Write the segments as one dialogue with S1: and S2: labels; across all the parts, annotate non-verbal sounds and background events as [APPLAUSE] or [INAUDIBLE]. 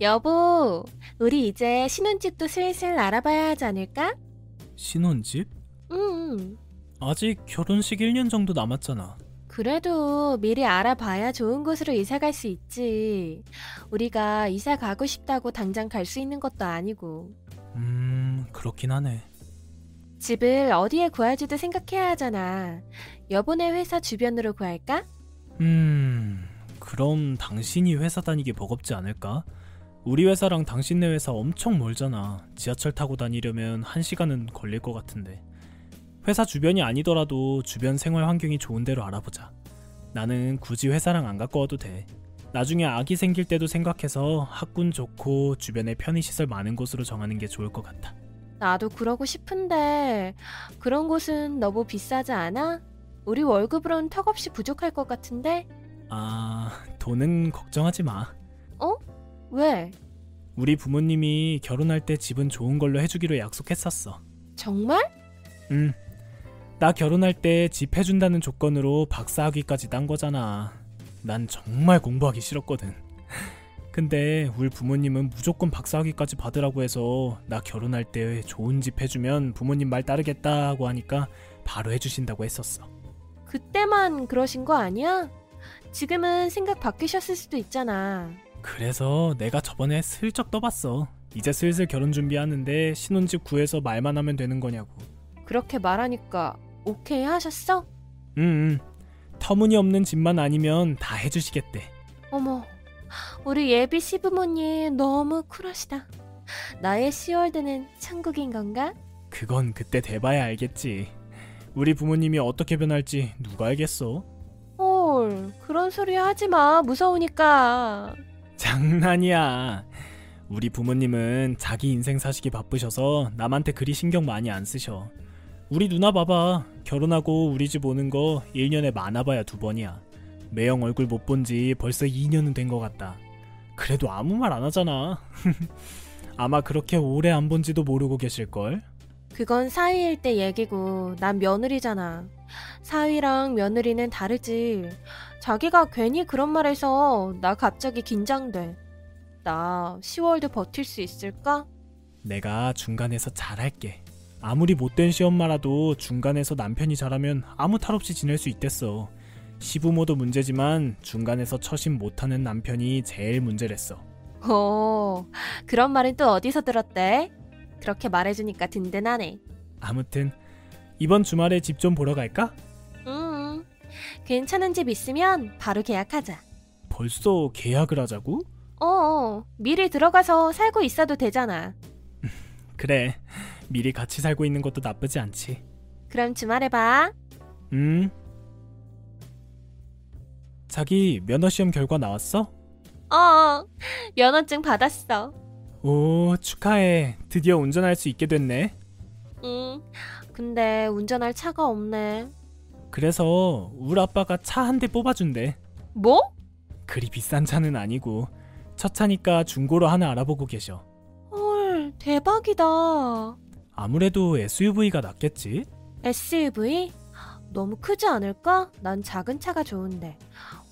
S1: 여보, 우리 이제 신혼집도 슬슬 알아봐야 하지 않을까?
S2: 신혼집?
S1: 음,
S2: 아직 결혼식 1년 정도 남았잖아.
S1: 그래도 미리 알아봐야 좋은 곳으로 이사 갈 수 있지. 우리가 이사 가고 싶다고 당장 갈 수 있는 것도 아니고.
S2: 음, 그렇긴 하네.
S1: 집을 어디에 구할지도 생각해야 하잖아. 여보네 회사 주변으로 구할까?
S2: 음, 그럼 당신이 회사 다니기 버겁지 않을까? 우리 회사랑 당신네 회사 엄청 멀잖아. 지하철 타고 다니려면 한시간은 걸릴 것 같은데. 회사 주변이 아니더라도 주변 생활 환경이 좋은 데로 알아보자. 나는 굳이 회사랑 안 가까워도 돼. 나중에 아기 생길 때도 생각해서 학군 좋고 주변에 편의시설 많은 곳으로 정하는 게 좋을 것 같아.
S1: 나도 그러고 싶은데, 그런 곳은 너무 비싸지 않아? 우리 월급으론 턱없이 부족할 것 같은데?
S2: 아, 돈은 걱정하지 마.
S1: 왜?
S2: 우리 부모님이 결혼할 때 집은 좋은 걸로 해주기로 약속했었어.
S1: 정말?
S2: 응. 나 결혼할 때 집 해준다는 조건으로 박사학위까지 딴 거잖아. 난 정말 공부하기 싫었거든. 근데 우리 부모님은 무조건 박사학위까지 받으라고 해서 나 결혼할 때 좋은 집 해주면 부모님 말 따르겠다고 하니까 바로 해주신다고 했었어.
S1: 그때만 그러신 거 아니야? 지금은 생각 바뀌셨을 수도 있잖아.
S2: 그래서 내가 저번에 슬쩍 떠봤어. 이제 슬슬 결혼 준비하는데 신혼집 구해서 말만 하면 되는 거냐고.
S1: 그렇게 말하니까 오케이 하셨어?
S2: 응, 응. 터무니없는 집만 아니면 다 해주시겠대.
S1: 어머, 우리 예비 시부모님 너무 쿨하시다. 나의 10월드는 천국인 건가?
S2: 그건 그때 돼봐야 알겠지. 우리 부모님이 어떻게 변할지 누가 알겠어?
S1: 헐, 그런 소리 하지 마. 무서우니까.
S2: 장난이야. 우리 부모님은 자기 인생 사시기 바쁘셔서 남한테 그리 신경 많이 안 쓰셔. 우리 누나 봐봐. 결혼하고 우리 집 오는 거 1년에 많아봐야 두 번이야. 매형 얼굴 못 본 지 벌써 2년은 된 것 같다. 그래도 아무 말 안 하잖아. [LAUGHS] 아마 그렇게 오래 안 본지도 모르고 계실걸?
S1: 그건 사위일 때 얘기고, 난 며느리잖아. 사위랑 며느리는 다르지. 자기가 괜히 그런 말 해서 나 갑자기 긴장돼. 나 10월드 버틸 수 있을까?
S2: 내가 중간에서 잘할게. 아무리 못된 시엄마라도 중간에서 남편이 잘하면 아무 탈 없이 지낼 수 있댔어. 시부모도 문제지만 중간에서 처신 못하는 남편이 제일 문제랬어.
S1: 오, 그런 말은 또 어디서 들었대? 그렇게 말해주니까 든든하네.
S2: 아무튼 이번 주말에 집 좀 보러 갈까?
S1: 음, 괜찮은 집 있으면 바로 계약하자.
S2: 벌써 계약을 하자고?
S1: 어, 미리 들어가서 살고 있어도 되잖아.
S2: 그래. 미리 같이 살고 있는 것도 나쁘지 않지.
S1: 그럼 주말에 봐.
S2: 음. 자기 면허 시험 결과 나왔어?
S1: 어, 면허증 받았어.
S2: 오, 축하해. 드디어 운전할 수 있게 됐네.
S1: 음, 근데 운전할 차가 없네.
S2: 그래서 우리 아빠가 차 한 대 뽑아준대.
S1: 뭐?
S2: 그리 비싼 차는 아니고 첫 차니까 중고로 하나 알아보고 계셔.
S1: 헐, 대박이다.
S2: 아무래도 SUV가 낫겠지?
S1: SUV? 너무 크지 않을까? 난 작은 차가 좋은데.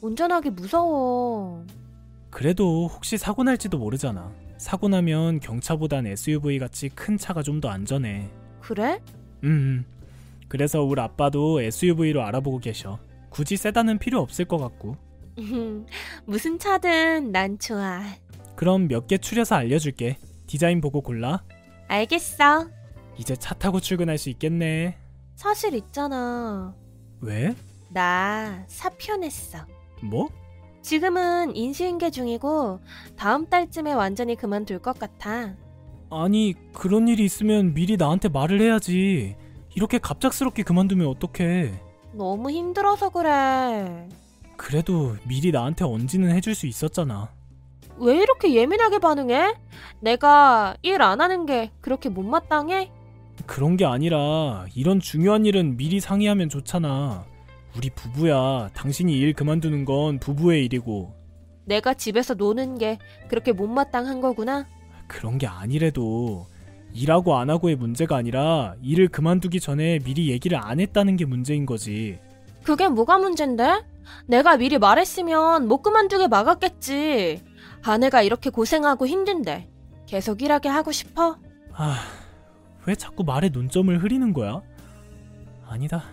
S1: 운전하기 무서워.
S2: 그래도 혹시 사고 날지도 모르잖아. 사고 나면 경차보단 SUV 같이 큰 차가 좀 더 안전해.
S1: 그래? [LAUGHS]
S2: 음. 그래서 우리 아빠도 SUV로 알아보고 계셔. 굳이 세단은 필요 없을 것 같고.
S1: 음, 무슨 차든 난 좋아.
S2: 그럼 몇 개 추려서 알려줄게. 디자인 보고 골라.
S1: 알겠어.
S2: 이제 차 타고 출근할 수 있겠네.
S1: 사실 있잖아.
S2: 왜?
S1: 나 사표냈어.
S2: 뭐?
S1: 지금은 인수인계 중이고 다음 달쯤에 완전히 그만둘 것 같아.
S2: 아니 그런 일이 있으면 미리 나한테 말을 해야지 이렇게 갑작스럽게 그만두면 어떡해
S1: 너무 힘들어서 그래.
S2: 그래도 미리 나한테 언지는 해줄 수 있었잖아
S1: 왜 이렇게 예민하게 반응해? 내가 일 안 하는 게 그렇게 못마땅해?
S2: 그런 게 아니라 이런 중요한 일은 미리 상의하면 좋잖아 우리 부부야 당신이 일 그만두는 건 부부의 일이고
S1: 내가 집에서 노는 게 그렇게 못마땅한 거구나.
S2: 그런 게 아니래도 일하고 안 하고의 문제가 아니라 일을 그만두기 전에 미리 얘기를 안 했다는 게 문제인 거지
S1: 그게 뭐가 문젠데? 내가 미리 말했으면 못 그만두게 막았겠지. 뭐 아내가 이렇게 고생하고 힘든데 계속 일하게 하고 싶어?
S2: 아, 왜 자꾸 말에 눈점을 흐리는 거야? 아니다.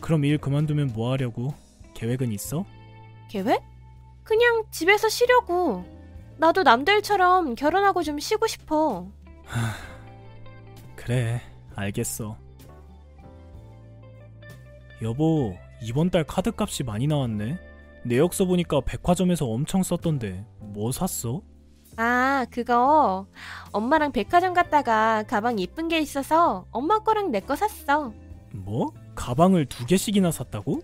S2: 그럼 일 그만두면 뭐 하려고? 계획은 있어?
S1: 계획? 그냥 집에서 쉬려고. 나도 남들처럼 결혼하고 좀 쉬고 싶어.
S2: 그래, 알겠어. 여보, 이번 달 카드값이 많이 나왔네. 내역서 보니까 백화점에서 엄청 썼던데 뭐 샀어?
S1: 아, 그거. 엄마랑 백화점 갔다가 가방 이쁜 게 있어서 엄마 거랑 내 거 샀어.
S2: 뭐? 가방을 두 개씩이나 샀다고?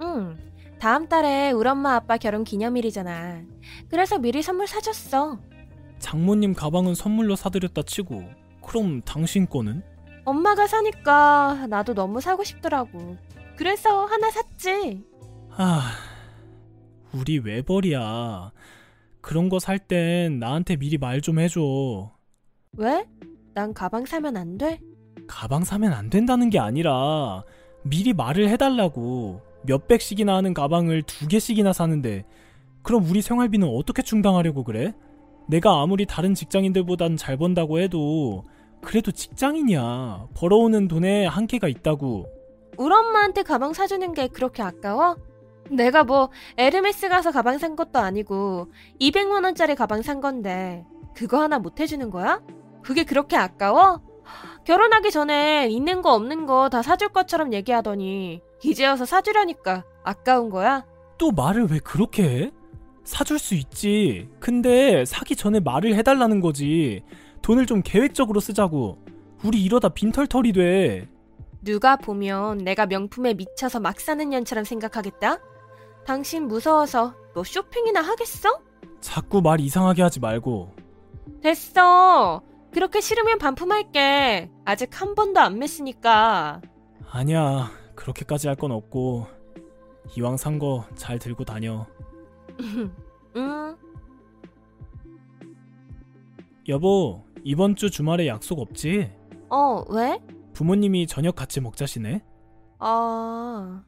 S1: 응. 다음 달에 우리 엄마 아빠 결혼 기념일이잖아. 그래서 미리 선물 사줬어.
S2: 장모님 가방은 선물로 사드렸다 치고 그럼 당신 거는?
S1: 엄마가 사니까 나도 너무 사고 싶더라고. 그래서 하나 샀지.
S2: 아, 우리 외벌이야. 그런 거 살 땐 나한테 미리 말 좀 해줘.
S1: 왜? 난 가방 사면 안 돼?
S2: 가방 사면 안 된다는 게 아니라 미리 말을 해달라고 몇 백씩이나 하는 가방을 두 개씩이나 사는데 그럼 우리 생활비는 어떻게 충당하려고 그래? 내가 아무리 다른 직장인들보단 잘 번다고 해도 그래도 직장인이야 벌어오는 돈에 한계가 있다고
S1: 우리 엄마한테 가방 사주는 게 그렇게 아까워? 내가 뭐 에르메스 가서 가방 산 것도 아니고 200만 원짜리 가방 산 건데 그거 하나 못 해주는 거야? 그게 그렇게 아까워? 결혼하기 전에 있는 거 없는 거 다 사줄 것처럼 얘기하더니 이제 와서 사주려니까 아까운 거야?
S2: 또 말을 왜 그렇게 해? 사줄 수 있지 근데 사기 전에 말을 해달라는 거지 돈을 좀 계획적으로 쓰자고 우리 이러다 빈털털이 돼
S1: 누가 보면 내가 명품에 미쳐서 막 사는 년처럼 생각하겠다? 당신 무서워서 너 쇼핑이나 하겠어?
S2: 자꾸 말 이상하게 하지 말고
S1: 됐어. 그렇게 싫으면 반품할게. 아직 한 번도 안 맸으니까.
S2: 아니야 그렇게까지 할 건 없고 이왕 산 거 잘 들고 다녀
S1: 응.
S2: 여보 이번 주 주말에 약속 없지?
S1: 어, 왜?
S2: 부모님이 저녁 같이 먹자시네
S1: 아,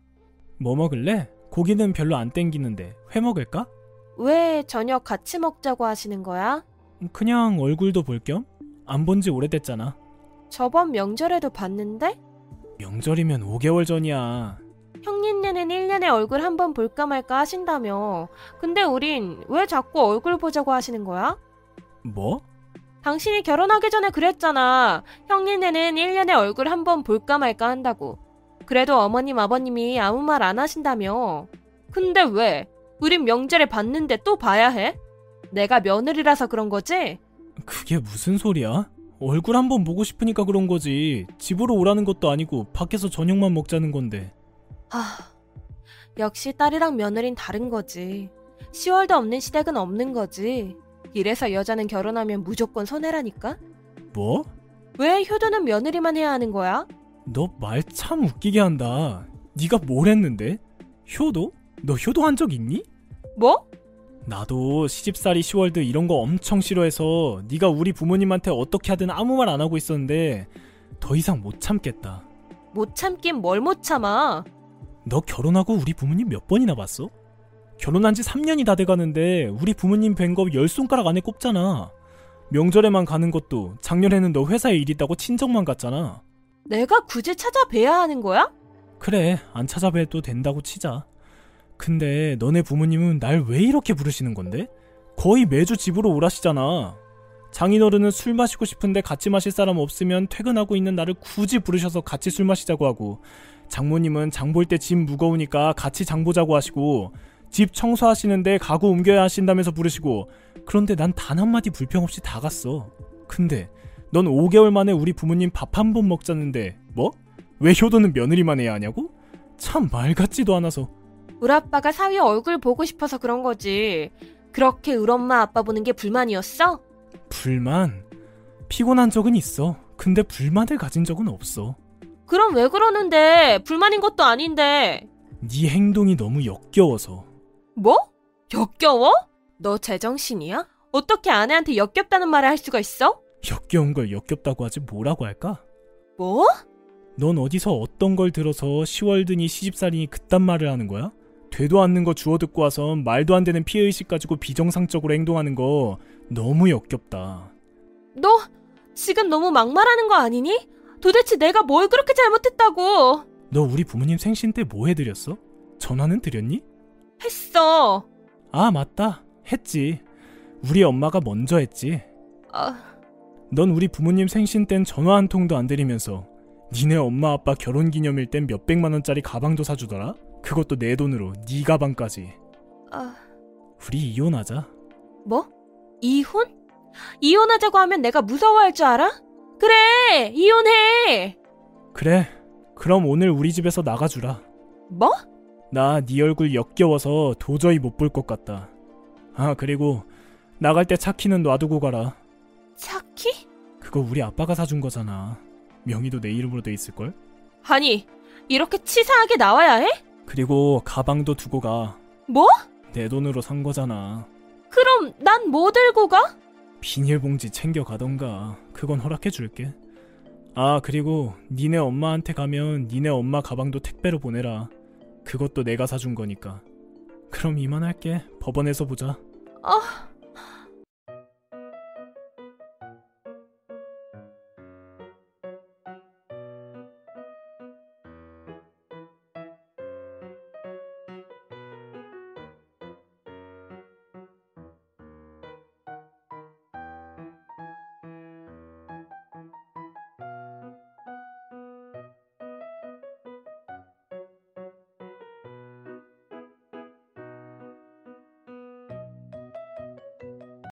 S2: 뭐 먹을래? 고기는 별로 안 땡기는데 회 먹을까?
S1: 왜 저녁 같이 먹자고 하시는 거야?
S2: 그냥 얼굴도 볼 겸 안 본 지 오래됐잖아
S1: 저번 명절에도 봤는데?
S2: 명절이면 5개월 전이야
S1: 형님네는 1년에 얼굴 한 번 볼까 말까 하신다며. 근데 우린 왜 자꾸 얼굴 보자고 하시는 거야?
S2: 뭐?
S1: 당신이 결혼하기 전에 그랬잖아. 형님네는 1년에 얼굴 한 번 볼까 말까 한다고. 그래도 어머님, 아버님이 아무 말 안 하신다며. 근데 왜? 우린 명절에 봤는데 또 봐야 해? 내가 며느리라서 그런 거지?
S2: 그게 무슨 소리야? 얼굴 한번 보고 싶으니까 그런 거지 집으로 오라는 것도 아니고 밖에서 저녁만 먹자는 건데
S1: 아, 역시 딸이랑 며느린 다른 거지. 10월도 없는 시댁은 없는 거지. 이래서 여자는 결혼하면 무조건 손해라니까?
S2: 뭐?
S1: 왜 효도는 며느리만 해야 하는 거야?
S2: 너 말 참 웃기게 한다. 네가 뭘 했는데? 효도? 너 효도한 적 있니?
S1: 뭐?
S2: 나도 시집살이 시월드 이런 거 엄청 싫어해서 네가 우리 부모님한테 어떻게 하든 아무 말 안 하고 있었는데 더 이상 못 참겠다.
S1: 못 참긴 뭘 못 참아.
S2: 너 결혼하고 우리 부모님 몇 번이나 봤어? 결혼한 지 3년이 다 돼가는데 우리 부모님 뵌 거 열 손가락 안에 꼽잖아. 명절에만 가는 것도 작년에는 너 회사에 일 있다고 친정만 갔잖아.
S1: 내가 굳이 찾아뵈야 하는 거야?
S2: 그래, 안 찾아봬도 된다고 치자. 근데 너네 부모님은 날 왜 이렇게 부르시는 건데? 거의 매주 집으로 오라시잖아. 장인어른은 술 마시고 싶은데 같이 마실 사람 없으면 퇴근하고 있는 나를 굳이 부르셔서 같이 술 마시자고 하고, 장모님은 장 볼 때 짐 무거우니까 같이 장 보자고 하시고, 집 청소하시는데 가구 옮겨야 하신다면서 부르시고, 그런데 난 단 한마디 불평 없이 다 갔어. 근데 넌 5개월 만에 우리 부모님 밥 한 번 먹자는데, 뭐? 왜 효도는 며느리만 해야 하냐고? 참 말 같지도 않아서
S1: 우리 아빠가 사위 얼굴 보고 싶어서 그런 거지. 그렇게 우리 엄마 아빠 보는 게 불만이었어?
S2: 불만 피곤한 적은 있어 근데 불만을 가진 적은 없어
S1: 그럼 왜 그러는데? 불만인 것도 아닌데.
S2: 네 행동이 너무 역겨워서
S1: 뭐? 역겨워? 너 제정신이야? 어떻게 아내한테 역겹다는 말을 할 수가 있어?
S2: 역겨운 걸 역겹다고 하지 뭐라고 할까?
S1: 뭐?
S2: 넌 어디서 어떤 걸 들어서 시월드니 시집살이니 그딴 말을 하는 거야? 되도 않는 거 주워 듣고 와선 말도 안 되는 피해 의식 가지고 비정상적으로 행동하는 거 너무 역겹다.
S1: 너 지금 너무 막말하는 거 아니니? 도대체 내가 뭘 그렇게 잘못했다고?
S2: 너 우리 부모님 생신 때 뭐 해드렸어? 전화는 드렸니?
S1: 했어.
S2: 아 맞다 했지. 우리 엄마가 먼저 했지.
S1: 아,
S2: 넌 우리 부모님 생신 땐 전화 한 통도 안 드리면서 니네 엄마 아빠 결혼 기념일 땐 몇백만 원짜리 가방도 사주더라? 그것도 내 돈으로 네 가방까지
S1: 아,
S2: 우리 이혼하자
S1: 뭐? 이혼? 이혼하자고 하면 내가 무서워할 줄 알아? 그래, 이혼해.
S2: 그래 그럼 오늘 우리 집에서 나가주라
S1: 뭐?
S2: 나 네 얼굴 역겨워서 도저히 못 볼 것 같다 아 그리고 나갈 때 차키는 놔두고 가라
S1: 차키?
S2: 그거 우리 아빠가 사준 거잖아 명의도 내 이름으로 돼 있을걸?
S1: 아니, 이렇게 치사하게 나와야 해?
S2: 그리고 가방도 두고 가내
S1: 뭐?
S2: 돈으로 산 거잖아
S1: 그럼 난 뭐 들고 가?
S2: 비닐봉지 챙겨가던가 그건 허락해줄게 아 그리고 니네 엄마한테 가면 니네 엄마 가방도 택배로 보내라 그것도 내가 사준 거니까 그럼 이만할게 법원에서 보자
S1: 아,